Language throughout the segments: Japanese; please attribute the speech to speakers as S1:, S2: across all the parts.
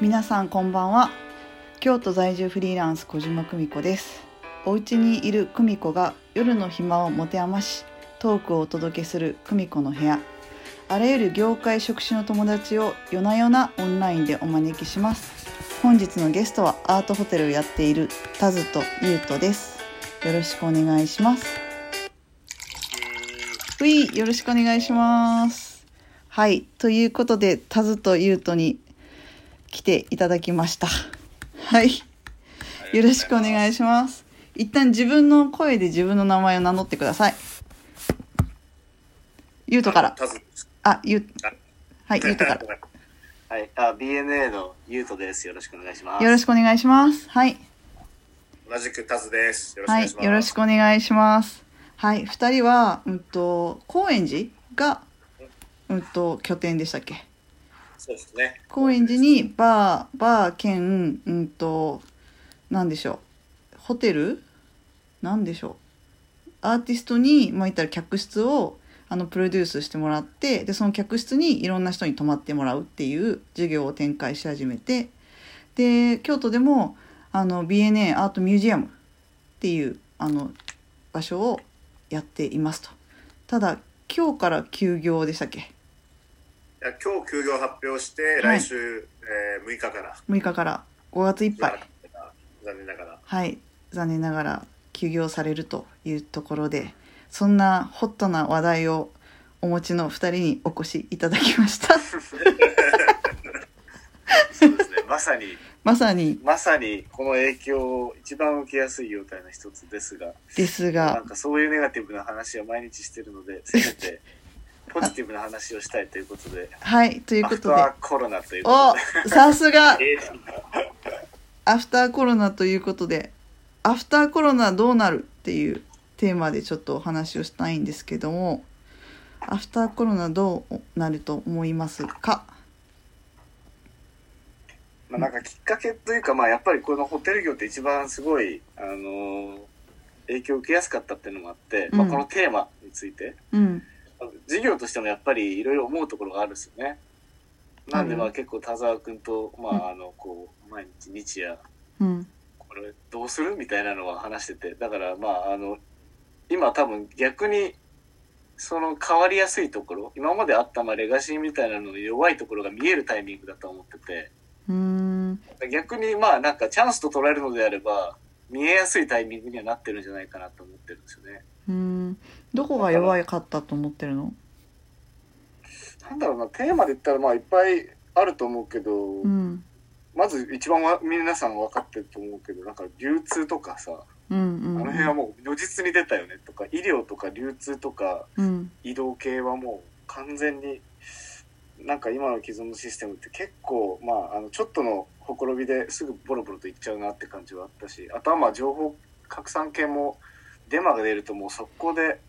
S1: 皆さんこんばんは京都在住フリーランス小島久美子ですお家にいる久美子が夜の暇を持て余しトークをお届けする久美子の部屋あらゆる業界職種の友達を夜な夜なオンラインでお招きします本日のゲストはアートホテルをやっているタズとユウトですよろしくお願いしますういよろしくお願いしますはいということでタズとユウトに来ていただきました。はい。よろしくお願い
S2: し
S1: します。一旦自分の声で自分の名前を名乗ってください。ゆうとから。
S2: タズ
S1: あ、ゆう、はい、ゆうとから。
S3: はい、あ、BNA のゆうとです。よろしくお願いします。
S1: よろしくお願いします。はい。
S2: 同じくタズです。よろしくお
S1: は
S2: 願い
S1: い
S2: しま、す。
S1: よろしくお願いします。はい、二人は、うんと、高円寺が、うんと、拠点でしたっけ
S2: そうですね。
S1: 高円寺にバー、バー兼、うんと、なんでしょう。ホテルなんでしょう。アーティストに、まあ、言ったら客室を、あの、プロデュースしてもらって、で、その客室にいろんな人に泊まってもらうっていう授業を展開し始めて、で、京都でも、あの、BNA アートミュージアムっていう、あの、場所をやっていますと。ただ、今日から休業でしたっけ
S2: いや今日休業発表して、
S1: はい
S2: 来週、えー、6日から、
S1: ?6 日から5月いっぱい。
S2: 残念ながら。
S1: はい、残念ながら休業されるというところでそんなホットな話題をお持ちの2人にお越しいただきました
S3: そうですね。 まさに、
S1: まさに
S3: まさにこの影響を一番受けやすい業態の一つですが、
S1: です
S3: な
S1: が
S3: んかそういうネガティブな話は毎日してるので、せめ てポジティブな話をしたいということで、
S1: はいという
S3: ア
S1: こ
S3: フタ
S1: とで
S3: ーコロナということ
S1: おさすが
S3: で、
S1: アフターコロナということでアフターコロナどうなるっていうテーマでちょっとお話をしたいんですけどもアフターコロナどうなると思いますか
S3: まあ、なんかきっかけというか、まあ、やっぱりこのホテル業って一番すごい、あのー影響を受けやすかったっていうのもあって、まあ、
S1: うん
S3: このテーマについて、
S1: うん
S3: 授業としてもやっぱりいろいろ思うところがあるんですよね。なんでま
S1: う
S3: あ結構田沢君と、まああのこう毎日日夜
S1: うん
S3: これどうするみたいなのは話しててだからまああの今多分逆にその変わりやすいところ今まであったまあレガシーみたいなのの弱いところが見えるタイミングだと思ってて
S1: うーん
S3: 逆にまあなんかチャンスと捉えるのであれば見えやすいタイミングにはなってるんじゃないかなと思ってるんですよね。
S1: うーんどこが弱かったと思ってるの
S3: なんだろうなテーマで言ったらまあいっぱいあると思うけど、
S1: うん
S3: まず一番わ皆さん分かってると思うけどなんか流通とかさ
S1: うん
S3: あ
S1: うん
S3: の辺はもう如実に出たよねとか医療とか流通とか
S1: うん
S3: 移動系はもう完全になんか今の既存のシステムって結構まああのちょっとのほころびですぐボロボロといっちゃうなって感じはあったしあとはまあ情報拡散系もデマが出るともう速攻で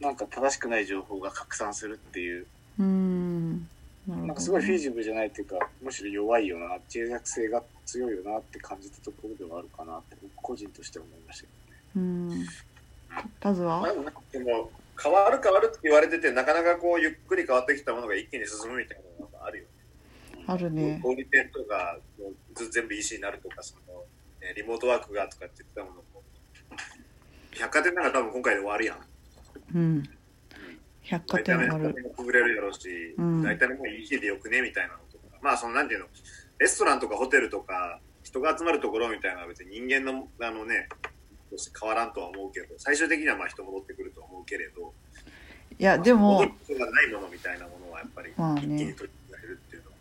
S3: なんか正しくない情報が拡散するっていう
S1: うんなるほど
S3: なんかすごいフィージブルじゃないっていうか、むしろ弱いよな、脆弱性が強いよなって感じたところではあるかなって、僕個人としては思いました
S1: うんタズは
S2: でも、変わる変わるって言われてて、なかなかこう、ゆっくり変わってきたものが一気に進むみたいなのがあるよ
S1: ある
S2: ね。
S1: ね
S2: 小売店とか、もうず全部 EC になるとか、その、ねリモートワークがとかって言ってたものも、百貨店なんか多分今回で終わるや
S1: う
S2: ん。
S1: ん百貨
S2: 大体
S1: 店
S2: ね
S1: があ
S2: 百貨
S1: る
S2: 店も潰れるやろうし、
S1: うん
S2: 大体もう EC でよくねみたいなのとか、まあそのなんていうの、レストランとかホテルとか、人が集まるところみたいなのは別に人間の、あのね、として変わらんとは思うけど、最終的にはまあ人戻ってくるとは思うけれど、
S1: いやで
S2: 戻
S1: も
S2: ることがないものみたいなものはやっぱり
S1: まあ
S2: 一気に
S1: ね
S2: 取り入れられるっていうのは、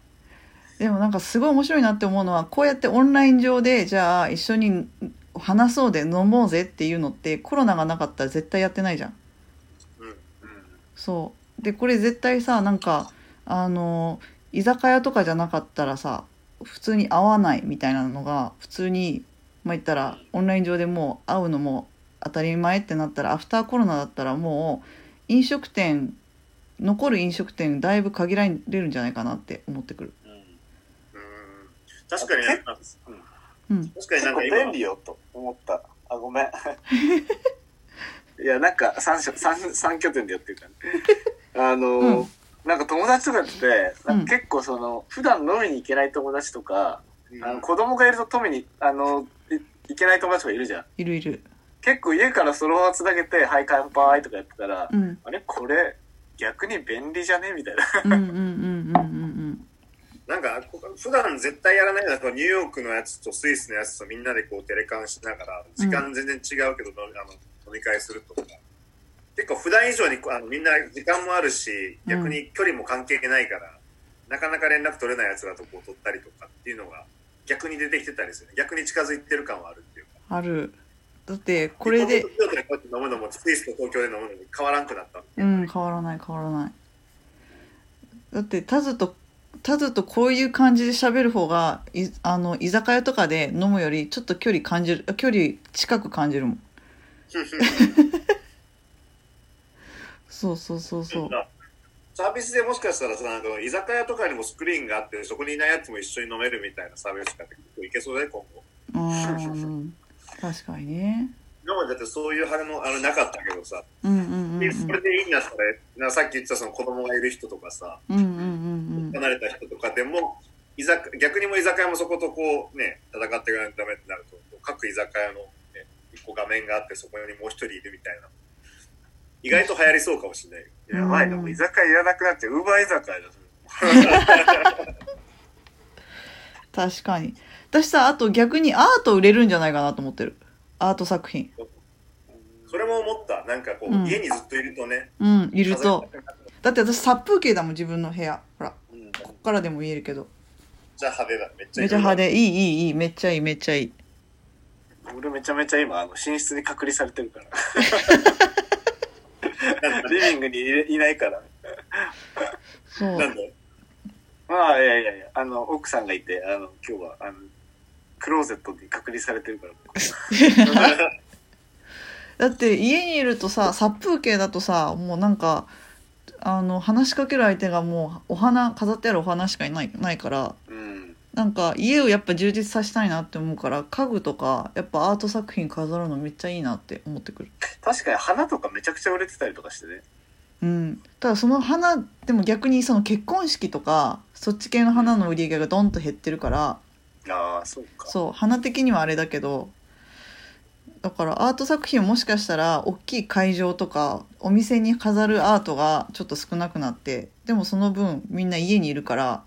S1: でもなんかすごい面白いなって思うのはこうやってオンライン上でじゃあ一緒に話そうで飲もうぜっていうのってコロナがなかったら絶対やってないじゃん
S2: うん、
S1: そうでこれ絶対さなんかあの居酒屋とかじゃなかったらさ普通に会わないみたいなのが普通にまあ言ったらオンライン上でもう会うのも当たり前ってなったらアフターコロナだったらもう飲食店残る飲食店だいぶ限られるんじゃないかなって思ってくる。
S3: ね。
S2: うん確かになんか、
S3: うん、うん、
S1: うん、
S2: 確かに
S3: 結
S2: なんか
S3: 構
S2: 今
S3: 便利よと思った。あ、ご めん。いや、なんか三所三三拠点でやってるからね。あのー
S1: うん
S3: なんか友達とかって、
S1: うん
S3: なんか結構その、普段飲みに行けない友達とか、
S2: うん
S3: あの子供がいると飲みに、あの、い行けない友達とかいるじゃん。
S1: いるいる
S3: 結構家からそのままつなげて、はい、乾杯とかやってたら、
S1: うん
S3: あれこれ、逆に便利じゃねみたいな。
S1: うんうんうんうんうん
S2: なんか、こ普段絶対やらないようなこうニューヨークのやつとスイスのやつとみんなでこう、テレカンしながら、時間全然違うけど、飲みあの飲み会するとか。結構普段以上にこうあのみんな時間もあるし、
S1: うん
S2: 逆に距離も関係ないから、なかなか連絡取れないやつらとこう取ったりとかっていうのが逆に出てきてたりする、ね。逆に近づいてる感はあるっていうか。
S1: あるだってこれで
S2: 日本の東京都でこうやって飲むのも、スイスと東京で飲むのも変わらんくなった。
S1: うん変わらない変わらないだってタズとタズとこういう感じで喋る方がいあの居酒屋とかで飲むよりちょっと距離感じるあ距離近く感じるもんそうそうそうそう
S2: サービスでもしかしたらさ、なんか居酒屋とかにもスクリーンがあって、そこにいないやつも一緒に飲めるみたいなサービスがいけそうだよ、今後。
S1: うん確かにね
S2: 今までだってそういう羽もあのなかったけどさ、
S1: うんうんうんう
S2: で
S1: ん
S2: それでいいんだったら、なさっき言ってたその子供がいる人とかさ、
S1: うんうんうん
S2: 離れた人とかでも、居酒逆にもう居酒屋もそことこうね、戦っていかないとダメってなると、各居酒屋の、ね、一個画面があって、そこにもう一人いるみたいな。意外と流行りそうかもしれないよ。
S3: やばいな、もう居酒屋いらなくなって、ウーバー居酒屋だ。
S1: 確かに私さあと逆にアート売れるんじゃないかなと思ってるアート作品
S2: それも思った。なんかこう、
S1: うん
S2: 家にずっといるとね、
S1: うんいると
S2: 風が
S1: だって私殺風景だもん自分の部屋ほら
S3: うん
S1: こっからでも見えるけど
S2: めっちゃ派手だ。めっちゃ
S1: めちゃ派手いいいいいいめっちゃいいめっちゃいい
S3: 俺めちゃめちゃ今あの寝室に隔離されてる からリビングにいれいないから
S1: そ
S2: なん
S1: う
S2: で
S3: まあいやいやいやあの奥さんがいてあの今日はあのクローゼットに隔離されてるから
S1: だって家にいるとさ殺風景だとさもうなんかあの話しかける相手がもうお花飾ってあるお花しかいないないから
S3: うん
S1: なんか家をやっぱ充実させたいなって思うから家具とかやっぱアート作品飾るのめっちゃいいなって思ってくる
S3: 確かに花とかめちゃくちゃ売れてたりとかしてね
S1: うん、ただその花でも逆にその結婚式とかそっち系の花の売り上げがドンと減ってるから
S3: ああそうか
S1: そう花的にはあれだけどだからアート作品をもしかしたら大きい会場とかお店に飾るアートがちょっと少なくなってでもその分みんな家にいるから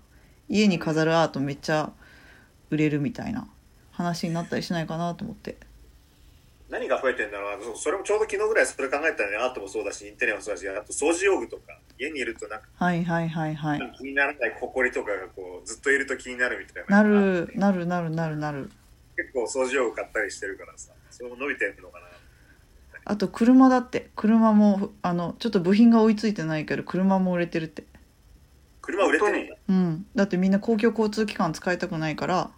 S1: 家に飾るアートめっちゃ売れるみたいな話になったりしないかなと思って
S2: 何が増えてんだろうなそそれもちょうど昨日ぐらいそれ考えたらねアートもそうだしインテリアもそうだしあと掃除用具とか家にいるとなんか
S1: はいはいはいはい
S2: 気にならない埃とかがこうずっといると気になるみたい
S1: な
S2: な
S1: るなるなるなるなる
S2: 結構掃除用具買ったりしてるからさそれも伸びてんのかな
S1: あと車だって車もあのちょっと部品が追いついてないけど車も売れてるって
S2: 車売れてるんだ
S1: うんだってみんな公共交通機関使いたくないから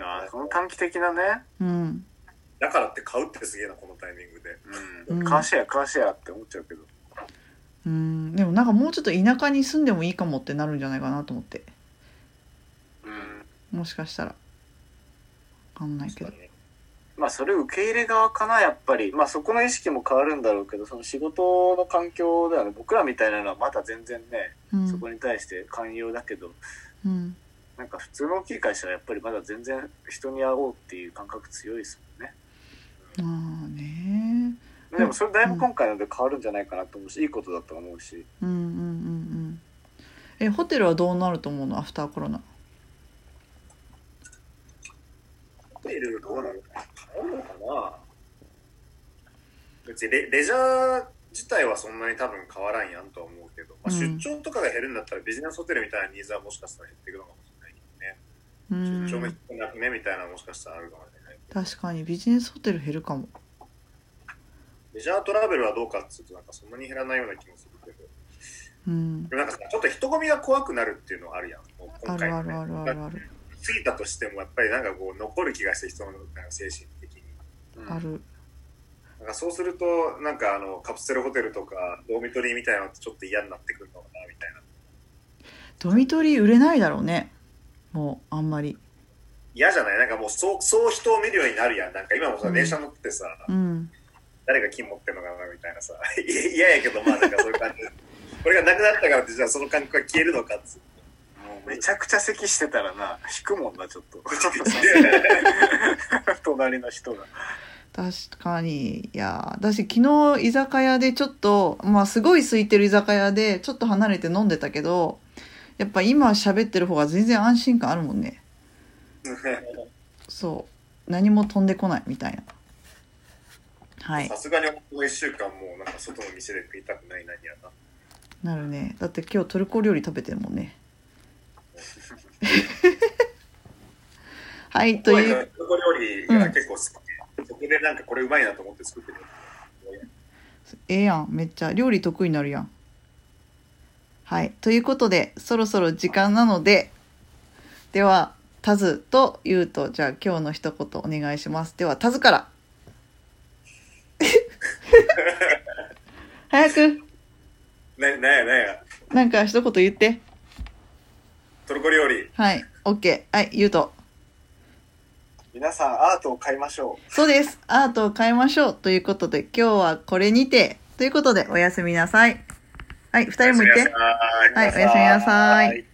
S3: あーこの短期的なね、
S1: うん
S2: だからって買うってすげえなこのタイミングで
S3: うん
S1: うん
S3: カーシェアカーシェアって思っちゃうけど
S1: うんでもなんかもうちょっと田舎に住んでもいいかもってなるんじゃないかなと思って
S3: うん
S1: もしかしたら分かんないけど
S2: そうだね
S3: まあそれ受け入れ側かなやっぱりまあそこの意識も変わるんだろうけどその仕事の環境ではね僕らみたいなのはまだ全然ね
S1: うん
S3: そこに対して寛容だけど、
S1: うん
S3: なんか普通の大きい会社はやっぱりまだ全然人に会おうっていう感覚強いですもんね。
S1: まあね
S3: でもそれだいぶ今回ので変わるんじゃないかなと思うし、いいことだと思うし、
S1: うんうんうんうんえホテルはどうなると思うのアフターコロナ
S2: ホテルどうなのかな買うのかな別にレレジャー自体はそんなに多分変わらんやんとは思うけど、まあ、
S1: う
S2: 出
S1: ん
S2: 張とかが減るんだったらビジネスホテルみたいなニーズはもしかしたら減っていくのかもしれないけどね
S1: う
S2: 出張も
S1: ん
S2: 少なくねみたいなのもしかしたらあるかもしれない。
S1: 確かにビジネスホテル減るかも
S2: メジャートラベルはどうかっていうと、なんかそんなに減らないような気もするけど、で
S1: うん
S2: もなんかさちょっと人混みが怖くなるっていうのはあるやん、もう
S1: あ
S2: 今
S1: る
S2: 回
S1: あ
S2: の
S1: る
S2: ね。
S1: あるあるある
S2: 過ぎたとしても、やっぱりなんかこう、残る気がして、人のなんか精神的に。
S3: うん
S1: ある
S2: なんかそうすると、なんかあのカプセルホテルとか、ドーミトリーみたいなのってちょっと嫌になってくるのかなみたいな。
S1: ドミトリー売れないだろうねもうあんまり
S2: 嫌じゃないなんかもうそう、 そう人を見るようになるやん。なんか今もさ、
S1: うん
S2: 電車乗ってさ、
S1: うん
S2: 誰が金持ってんのかなみたいなさ、い嫌やけど、まあなんかそういう感じ。これがなくなったからって、じゃあその感覚が消えるのかっつって。
S3: もうめちゃくちゃ咳してたらな引くもんなちょっと 隣の人が
S1: 確かに。いやー、私昨日居酒屋でちょっと、まあすごい空いてる居酒屋でちょっと離れて飲んでたけど、やっぱ今喋ってる方が全然安心感あるもんね。そう。何も飛んでこないみたいな。はい
S2: さ。すがにこの1週間もうなんか外の店で食いたくない何やな。
S1: なるね。だって今日トルコ料理食べてるもんね。はい、という。
S2: トルコ料理が結構好きで、そこでなんかこれうまいなと思って作ってる。
S1: ええやんめっちゃ料理得意になるやんはいということでそろそろ時間なのでではタズとユウとじゃあ今日の一言お願いしますではタズから早く
S2: な、なんやなんや。
S1: なんか一言言って
S2: トルコ料理。
S1: はい OK はいユウと
S3: 皆さんアートを買いましょう
S1: そうですアートを変えましょうということで今日はこれにてということでおやすみなさいはい二人も言って
S2: おやすみな
S1: はい
S2: さい
S1: おやすみなさい